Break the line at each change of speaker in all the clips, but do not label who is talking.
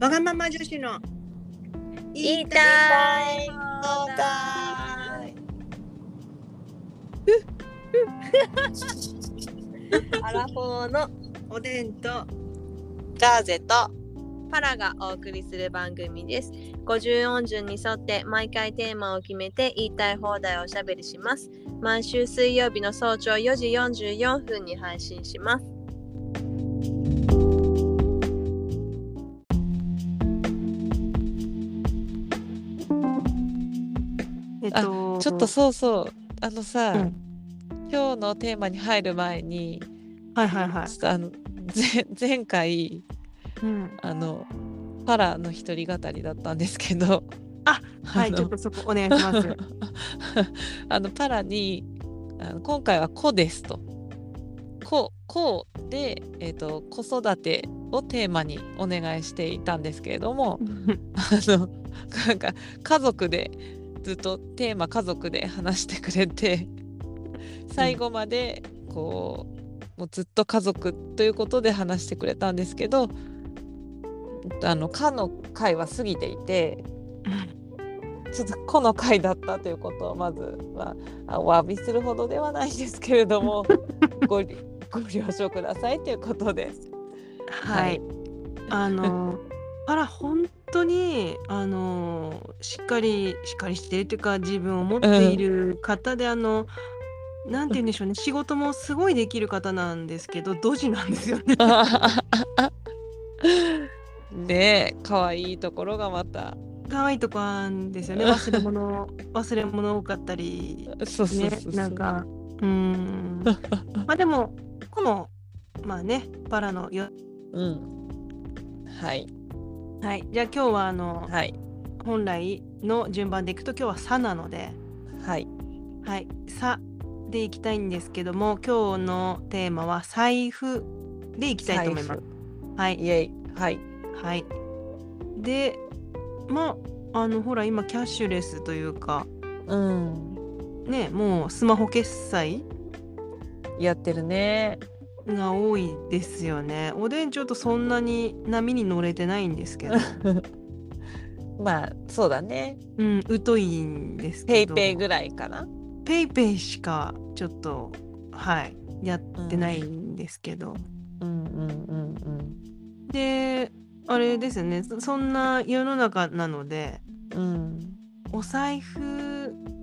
わがまま女子の
言いたい放題アラフォーの
おでんと
ガーゼとパラがお送りする番組です。50音順に沿って毎回テーマを決めて言いたい放題をおしゃべりします。毎週水曜日の早朝4時44分に配信します。
えっと
ちょっとそうそうあのさ、
うん
今日のテーマに入る前に、
はいはいはい
ちょっとあのぜ 前回
うん
あのパラの一人語りだったんですけど
あはい
あの
ちょっとそこお願いします
あのパラにあの今回は「子」ですと「子」子で、えー、と子育てをテーマにお願いしていたんですけれどもあのなんか家族でずっとテーマ家族で話してくれて最後までこうもうずっと家族ということで話してくれたんですけどあの「か」の回は過ぎていて。ちょっとこの回だったということをまずはあお詫びするほどではないですけれどもごりご了承くださいということです。
はいあ のあら本当にあのしっかりしっかりしてるというか自分を持っている方で、あのなんて言うんでしょうね仕事もすごいできる方なんですけどドジなんですよね
ねえ可愛いところがまた
可愛いとこなんですよ ね忘れ物忘れ物多かったり
そうそう
ね
そうそう
なんかうーんまあでもこのまあねバラのよ
うんはい
はいじゃあ今日はあの、
はい
本来の順番でいくと今日は「さ」なので
はい
「はい、さ」でいきたいんですけども今日のテーマは「財布」でいきたいと思います。はい、
イエイはい
はい、でまああのほら今キャッシュレスというか
うん
ねもうスマホ決済
やってるね
が多いですよね。おでんちょっとそんなに波に乗れてないんです けど、
まあそうだね
うん、疎いんです
ペ
け
イ
ど。
ペイぐらいかな
ペイペイしかちょっとはいやってないんですけど、
うんうんうんうん
であれですよねそそんな世の中なので
うん
お財布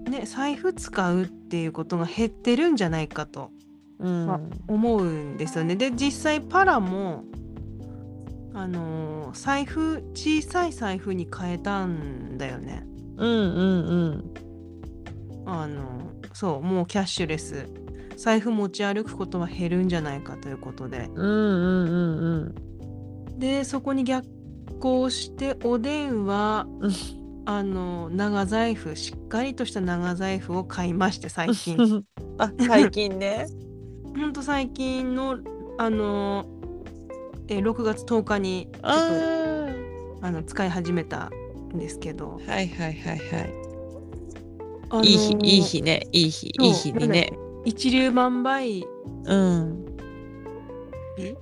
ね財布使うっていうことが減ってるんじゃないかと
うん
あ思うんですよねで実際パラもあのー財布小さい財布に変えたんだよね
うんうん
あのーそうもうキャッシュレス財布持ち歩くことは減るんじゃないかということで
うんうんうんうん
でそこに逆行しておでんは
うん
あの長財布しっかりとした長財布を買いまして最近
うんあ最近ね
ほんと最近のあのえ6月10日にちょっとあ
あ
の使い始めたんですけど
ーはいはいはいはい、
あの
いい日いい日ねいい日
そう
いい日にね
一粒万倍
うん
日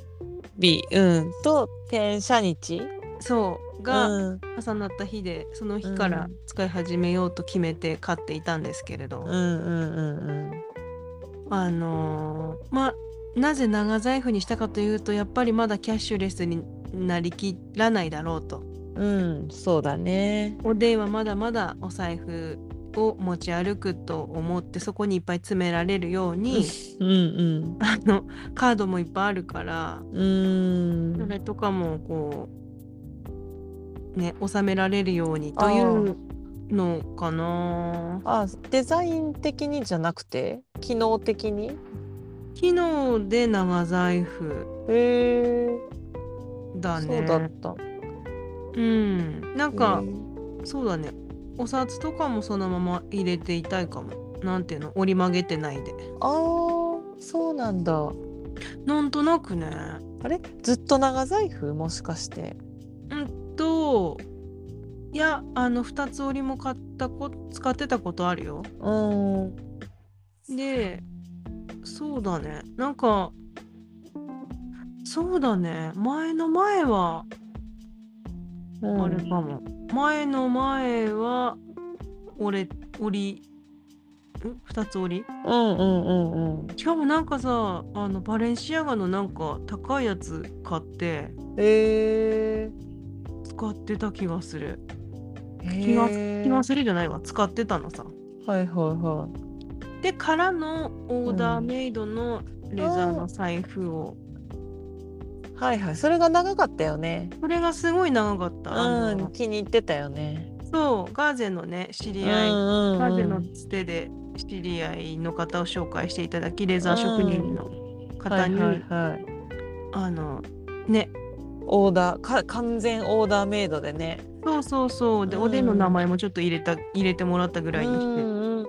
B うんと転写日
そうが
うん
重なった日で、その日から使い始めようと決めて買っていたんですけれど、
うんうんうんうん
あのーまあなぜ長財布にしたかというとやっぱりまだキャッシュレスになりきらないだろうと
うんそうだね
おでんはまだまだお財布を持ち歩くと思ってそこにいっぱい詰められるように
うんうん
あのカードもいっぱいあるから
うん
それとかもこうね収められるようにというのかな
あデザイン的にじゃなくて機能的に
機能で長財布
へえ、
だね
そうだった
うんなんか、
へー
そうだねお札とかもそのまま入れていたいかもなんていうの折り曲げてないで
あーそうなんだ
なんとなくね
あれずっと長財布もしかして
といやあの2つ折りも買ったこ使ってたことあるよ
うん
でそうだねなんかそうだね前の前は
うん
あれかも。前の前は折れ折りん二つ折り
うんうんうんうん
しかもなんかさあのバレンシアガのなんか高いやつ買って
え
使ってた気がする
ー、
気が
へー
気がするじゃないわ使ってたのさ
はいはいはい
でからのオーダーメイドのレザーの財布を、
はいはいそれが長かったよね
これがすごい長かった、あ
うん
の
気に入ってたよね
そうガーゼのね知
う
り
んう
合い、
ん
ガーゼ
う
の
ん
つてで知り合いの方を紹介していただきレザー職人の
は
方
い
に、
はいはい
あのね
オーダーか完全オーダーメイドでね
そうそうそうで、
うん
おでんの名前もちょっと入れた入れてもらったぐらいにして、
うんうん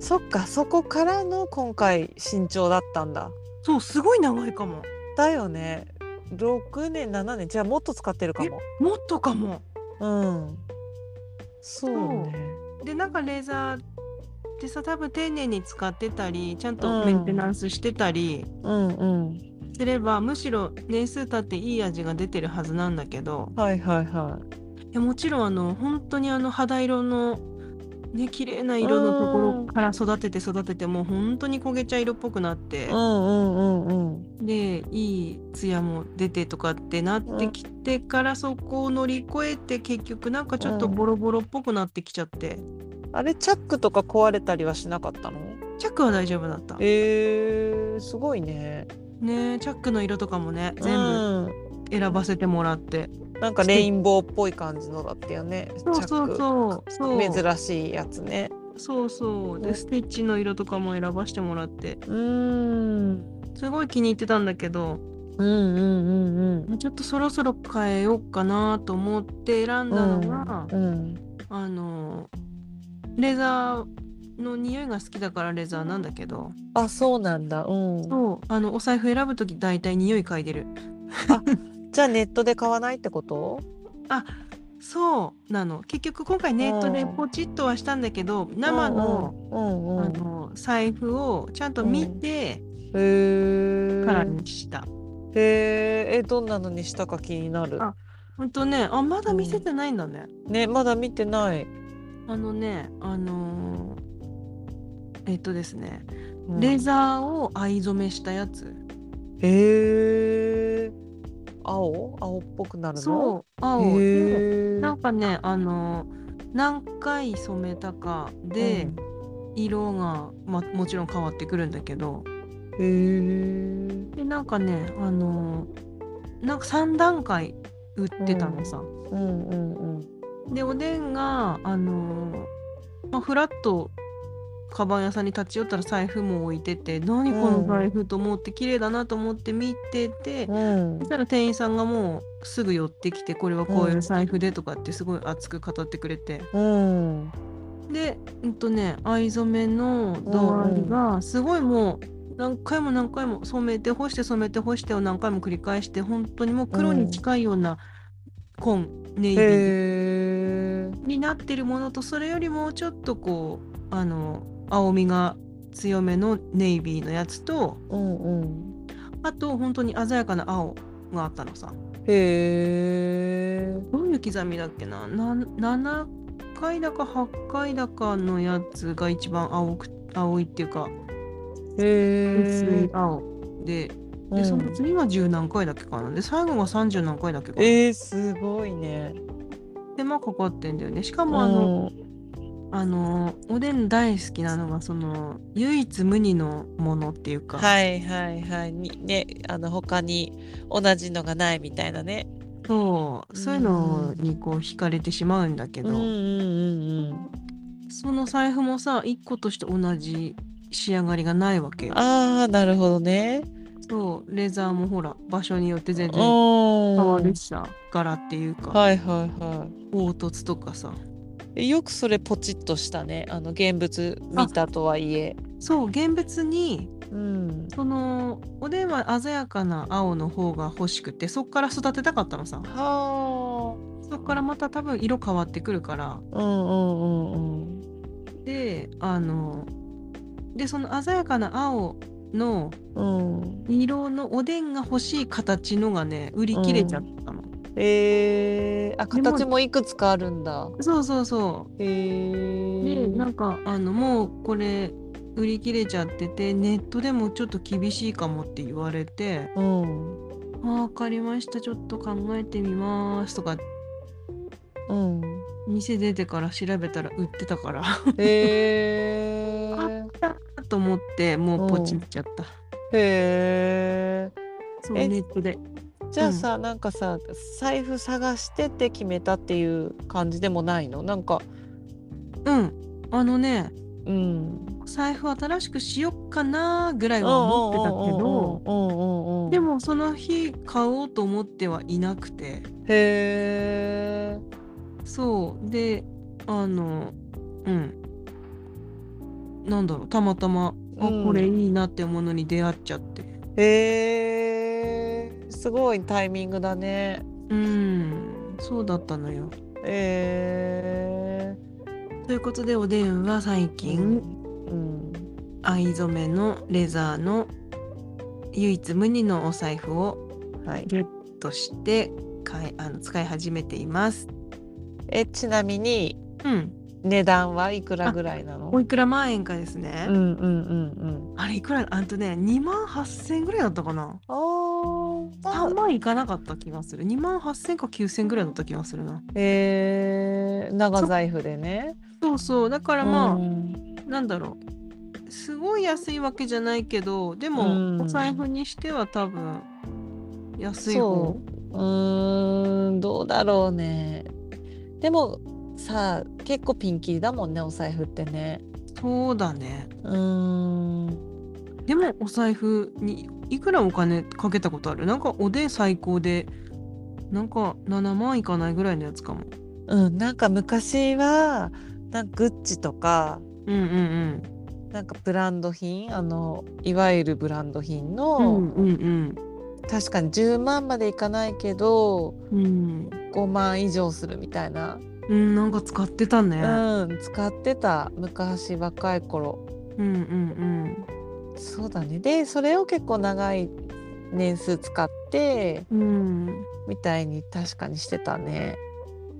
そっかそこからの今回身長だったんだ
そうすごい長いかも
だよね6年7年じゃあもっと使ってるかも
もっとかも
うんそうね
でなんかレーザーってさ多分丁寧に使ってたりちゃんとメンテナンスしてたり
うんうん
すれば、むしろ年数経っていい味が出てるはずなんだけど
はいはいはい
いやもちろんあの本当にあの肌色のね綺麗な色のところから育てて育ててもう本当に焦げ茶色っぽくなって
う、んうんうんうん
でいい艶も出てとかってなってきてから、そこを乗り越えて結局なんかちょっと
うん
ボロボロっぽくなってきちゃって、
あれチャックとか壊れたりはしなかったの
チャックは大丈夫だった。
えー、すごいね
ねえチャックの色とかもね全部
部、
選ばせてもらって、
うんなんかレインボーっぽい感じのだったよね
そうそう
チャッ
そうそう
ク珍しいやつね
そうそう
う
で
ん
ステッチの色とかも選ばせてもらって
うん
すごい気に入ってたんだけど
うんうんうん
もうちょっとそろそろ変えようかなと思って選んだのが、
うん
あのレザーの匂いが好きだからレザーなんだけど
あそうなんだうん
そうあのお財布選ぶ時大体匂い嗅いでる
じゃあネットで買わないってこと
そうなの結局今回ネットでポチッとはしたんだけど生の,、
うんうん
あの財布をちゃんと見て
へー
からにした。
へーえどんなのにしたか気になる
あほんとねあまだ見せてないんだね。
ねまだ見てない、
あのねあのーえっとですね、
うん
レザーを藍染めしたやつ。
へえ青青っぽくなるの
そう
う
青で
へえ
なんかねあの何回染めたかで、色が、ま、もちろん変わってくるんだけど
うん、へえ
でなんかねあのなんか3段階売ってたのさ。
うんうんうん
でおでんがあの、まあ、フラッとカバン屋さんに立ち寄ったら財布も置いてて何この財布と思って綺麗だなと思って見てて。
うん
そしたら店員さんがもうすぐ寄ってきてこれはこういう財布でとかってすごい熱く語ってくれて、
うん
で、うんとね、藍染めの度合いがすごいもう何回も何回も染めて干して染めて干してを何回も繰り返して本当にもう黒に近いような紺ネイビー
へえ
になってるものとそれよりもちょっとこうあの青みが強めのネイビーのやつと
うんうん
あと本当に鮮やかな青があったのさ
へえ
どういう刻みだっけなな7回だか8回だかのやつが一番青く青いっていうか薄
へ
い青で
え
でその次が10何回だっけかなで最後が30何回だっけかな、
えー、すごいね。
でまあかかってんだよねしかもあの、あのおでん大好きなのがその唯一無二のものっていう
う
か、
ん、はいはいはいにねあの他に同じのがないみたいなね。
そうそういうのにこう惹かれてしまうんだけ
う
ど、
んうんうん
その財布もさ1個として同じ仕上がりがないわけ
うん。
よ
ああなるほどね。
そうレザーもほら場所によって全
うん。
然変わ
は
るしさ柄っていうか、
いはいは
凹凸とかさ
い。えよくそれポチッとしたねあの現物見たとはいえ。
そう現物に
うん。
そのおでんは鮮やかな青の方が欲しくてそっから育てたかったのさ
は
そっからまた多分色変わってくるから
あ。うんうんうんうん。
であのでその鮮やかな青の
うん、
色のおでんが欲しい形のがね売り切れちゃったの、
ええー、あ
でも
形もいくつかあるんだ。
そうそうそう。
え
で
ー、
なんかあのもうこれ売り切れちゃっててネットでもちょっと厳しいかもって言われて
うん
「あ分かりましたちょっと考えてみます」とか
うん。
店出てから調べたら売ってたから
えー、
と思ってもうポチっちゃった。
えー、
そう
え
ネットで。
じゃあさ、なんかさ財布探してって決めたっていう感じでもないのなんか
うんあのね
うん。
財布新しくしよっかなぐらいは思ってたけど
うんうんうんうんうんうん、
でもその日買おうと思ってはいなくて
へえ
そうであのうんなんだろうたまたま、
うん
あこれいいなってものに出会っちゃって
へえすごいタイミングだね
うんそうだったのよ。
へ
ということでおでんは最
え
近、
うん
藍染めのレザーの唯一無二のお財布を
はい、
ゲットして買いあの使い始めています。
えちなみに
うん、
値段はいくらぐらいなの
おいくら万円かですね。
うんうんうんうん
あれいくらあんとね2万8,000円ぐらいだったかな
あーまあ
3万いかなかった気がする2万8,000か9,000ぐらいだった気がするな
えー、長財布でね
そうそうだからまあ、
うん
なんだろうすごい安いわけじゃないけどでも、
うん
お財布にしては多分安い方
そううーんどうだろうねでもさあ結構ピンキリだもんねお財布ってね
そうだね
うーん
でもお財布にいくらお金かけたことあるなんかおでん最高でなんか7万いかないぐらいのやつかも
うん、なんか昔はなんかグッチとか
うんうん
なんかブランド品あのいわゆるブランド品
うんう
の、
んうん
確かに10万までいかないけど
うんうん
5万以上するみたいな、
うんなんか使ってたね、
うん、使ってた昔若い頃
うんうん
そうだねでそれを結構長い年数使って
うんうん
みたいに確かにしてたね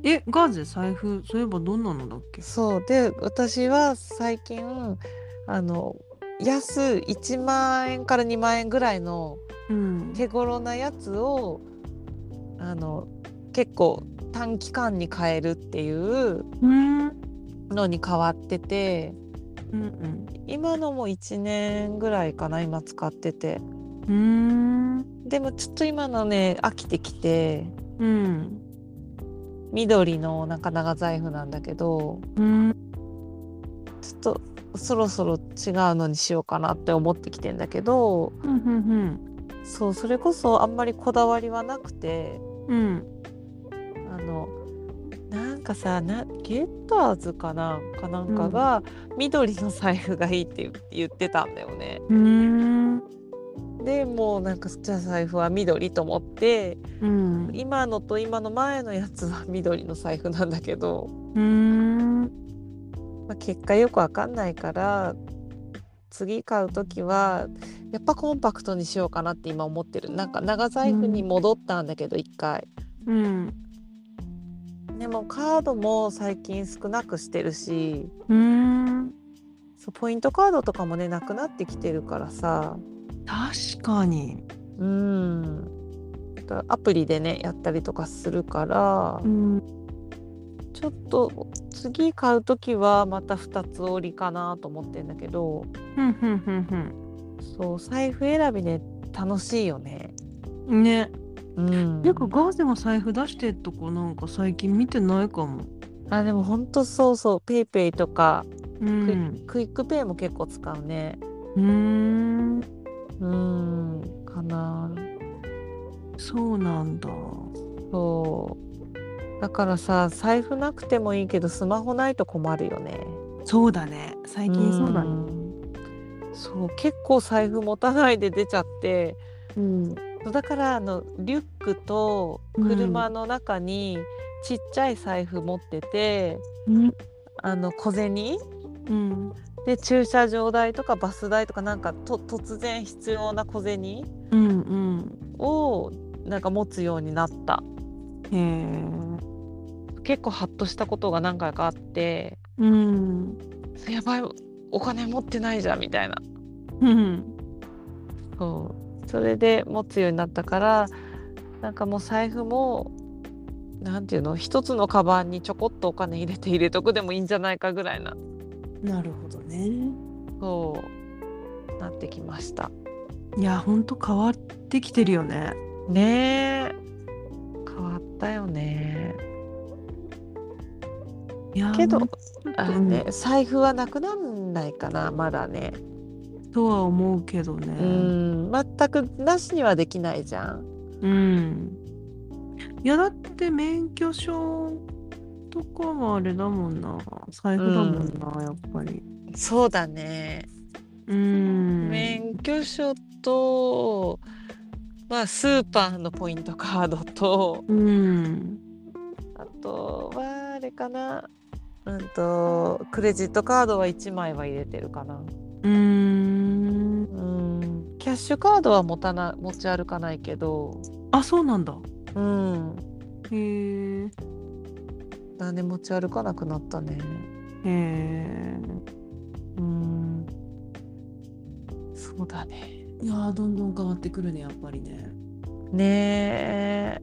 えガーゼ財布そういえばどんなのだっけ
そうで私は最近あの安1万円から2万円ぐらいの
うん
手頃なやつをあの結構短期間に変えるっていう
うんうん
のに変わってて
うん
今のも1年ぐらいかな今使ってて
うん
でもちょっと今のね飽きてきて
うん
緑のなんか長財布なんだけど
うん
ちょっとそろそろ違うのにしようかなって思ってきてんだけど
うん
そうそれこそあんまりこだわりはなくて
うん
あのなんかさなゲッターズかなんかなんかが、緑の財布がいいって言って言ってたんだよね。
うん
でもうなんかじゃあ財布は緑と思って
うん
今のと今の前のやつは緑の財布なんだけど、
うん
まあ、結果よくわかんないから次買う時はやっぱコンパクトにしようかなって今思ってるなんか長財布に戻ったんだけど一回。
うん
でもカードも最近少なくしてるし
うん
そうポイントカードとかもねなくなってきてるからさ
確かに。
うんだアプリでねやったりとかするから、
うん
ちょっと次買う時はまた2つ折りかなと思ってんだけど
ふんふんふんふ
そう財布選びね楽しいよね。
ん。ね。
うん、
なんかガーゼが財布出してるとこなんか最近見てないかも。
あでもほんとそうそうペイペイとか
うん。
クイックペイも結構使うね。
うーん。
うんかな
そうなんだ。
そうだからさ財布なくてもいいけどスマホないと困るよね。
そうだね。最近そうだね。
うんそう結構財布持たないで出ちゃって
うん。
そうだからあのリュックと車の中にちっちゃい財布持ってて、
うん。
あの小銭
うん。
で駐車場代とかバス代とかなんかと突然必要な小銭
うん。
をなんか持つようになった。
へえ。
結構ハッとしたことが何回かあって
うん。
やばいお金持ってないじゃんみたいな
うん。
そうそれで持つようになったからなんかもう財布もなんていうの一つのカバンにちょこっとお金入れて入れとくでもいいんじゃないかぐらいな
なるほどね。
そうなってきました
いや、ほんと変わってきてるよね。
ねえ変わったよね
いやー
けど
もうちょっと
あれね、財布はなくなんないかなまだね
うんとは思うけど
う
ね。
ん全くなしにはできないじゃん
うん。いや、だって免許証とかはあれだもんな。財布だもんな、やっぱり。
そうだね
うん。
免許証と、まあ、スーパーのポイントカードと
うん。
あとはあれかな、うん、とクレジットカードは1枚は入れてるかな
うーん。
うんキャッシュカードは持たな持ち歩かないけど、
あ、そうなんだ。
うん、
へえ。へ
なんで持ち歩かなくなったね
え。
うんそうだね
いやーどんどん変わってくるね、やっぱりね。
ねえ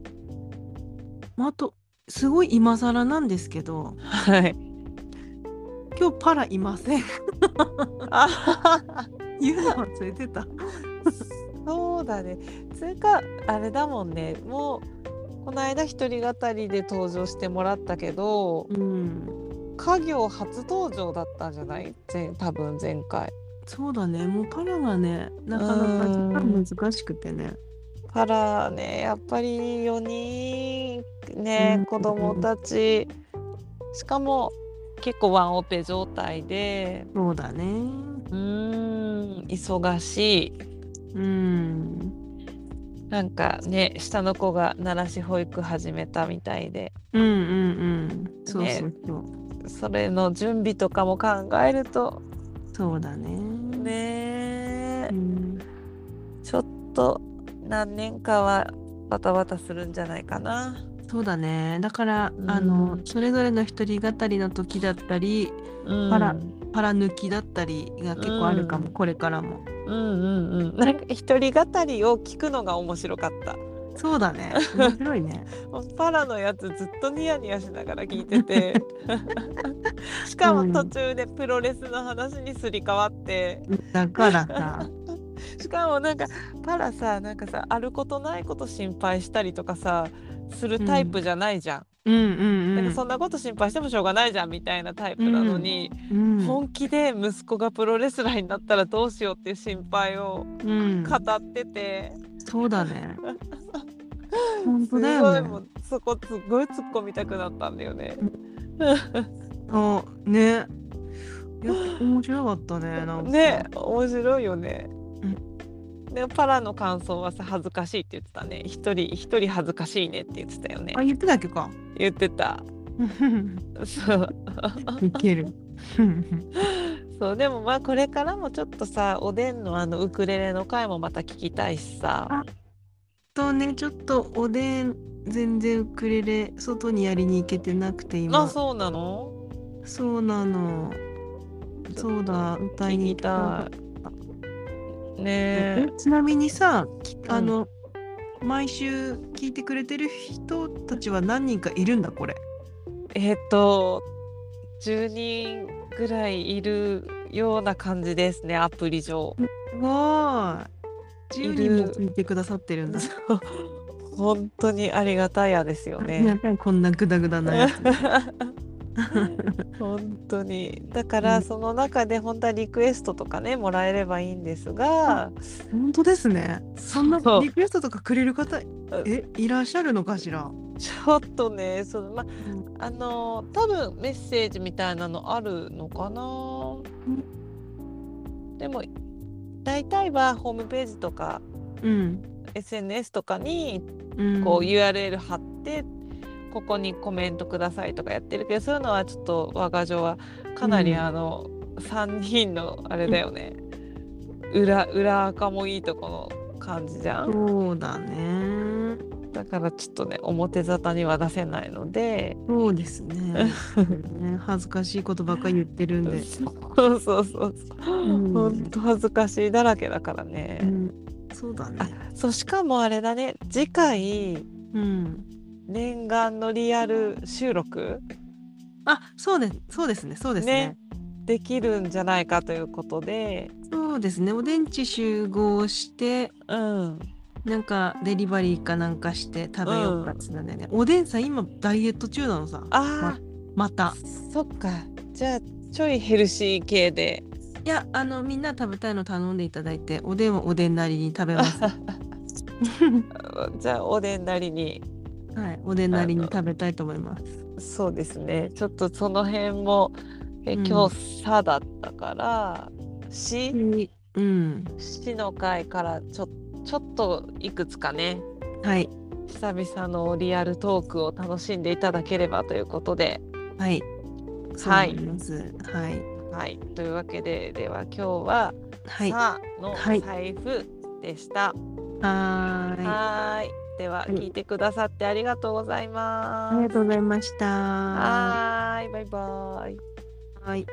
まあ、あと、すごい今更なんですけど、
はい
今日パラいません。
あ
言うの忘れてた。
そうだね。つうかあれだもんね。もうこの間一人語りで登場してもらったけど、
うん。
家業初登場だったんじゃない？前多分前回。
そうだね、もうパラがね、なかなか
う
時間難しくてね。
からねやっぱり4人ね、
うん
子供たちしかも結構ワンオペ状態で
そうだね。
うーん忙しい
うん。
なんかね下の子が奈良市保育始めたみたいで
うんうんうん。そうそうそう。
それの準備とかも考えると
そうだね。
ねえ
うん。
ちょっと何年かはバタバタするんじゃないかな。
そうだね。だから、
うん
あの、それぞれの一人語りの時だったり、
うん
あらパラ抜きだったりが結構あるかも、
うん
これからも。
うんうんうん。なんか一人語りを聞くのが面白かった。
そうだね。面白いね。
パラのやつずっとニヤニヤしながら聞いて てしかも途中でプロレスの話にすり替わって
だから さ。
しかもなんかパラさなんかさあることないこと心配したりとかさするタイプじゃないじゃん、
うんうん
な
う
んか
ん
そ。んなこと心配してもしょうがないじゃんみたいなタイプなのに、
うん
本気で息子がプロレスラーになったらどうしようっていう心配を
うん、
語ってて、
そうだ ね。本当だ
すごい
よ
も
ね。
うそこすごい突っ込みたくなったんだよね。
あね。いや面白かったね。なんか
ね面白いよね。
うん
でパラの感想はさ恥ずかしいって言ってたね一人一人恥ずかしいねって言ってたよね
あ言ってたっけ か。
言ってたそう
いける。
そうでもまあこれからもちょっとさおでんのあのウクレレの回もまた聞きたいしさ
あとねちょっとおでん全然ウクレレ外にやりに行けてなくて今。
あそうなの
そうなの。そうだ歌いに行き
聞
た
きたいねえ
ちなみにさき
ん
あの、毎週聞いてくれてる人たちは何人かいるんだこれ。
えっ、と10人ぐらいいるような感じですねアプリ上。
すごい。
い
10
る
人も聞いてくださってるんだ。
そう本当にありがたいやですよ
いや
ね。
こんなグダグダなやつ。
本当にだか
う
ら
ん
その中で本当はリクエストとかねもらえればいいんですが
本当ですね。そんな
そう
リクエストとかくれる方、え、いらっしゃるのかしら。
ちょっとねそのま
ん
あの多分メッセージみたいなのあるのかなでも大体はホームページとか
うん。
SNS とかに
うん、
こう URL 貼って、ここにコメントくださいとかやってるけどそういうのはちょっと我が女はかなり
うん
あの、3人のあれだよね、裏裏垢もいいとこの感じじゃん。
そうだね。
だからちょっとね表沙汰には出せないので
そうです ねね恥ずかしいことばっかり言ってるんで、
そうそうそうそう、
うん
ほんと恥ずかしいだらけだからね、
うん、そうだ
あ
ね
そうしかもあれだね次回
うん
念願のリアル収録
あそうねそうですねそうですね
できるんじゃないかということで
そうですねお電池集合して
うん
なんかデリバリーかなんかして食べようかっつったんだよね、おでんさん今ダイエット中なのさ
あ
ま
あ
た
そっかじゃあちょいヘルシー系で
いやあのみんな食べたいの頼んでいただいておでんはおでんなりに食べます は
じゃあおでんなりに
いおでんなりに食べたいと思います
そうですねちょっとその辺もえ
うん
今日「さ」だったから「し」
うん
「し」の回からちょちょっといくつかね
はい
久々のリアルトークを楽しんでいただければということで
はいそうなりますはい
はいというわけででは今日は「
はいは
さ」の
はい
財布でした。
ーい
はーいでは
はい
聞いてくださってありがとうござい
あり
ま
が
す。
とうございました
はーいバイバイ。
はい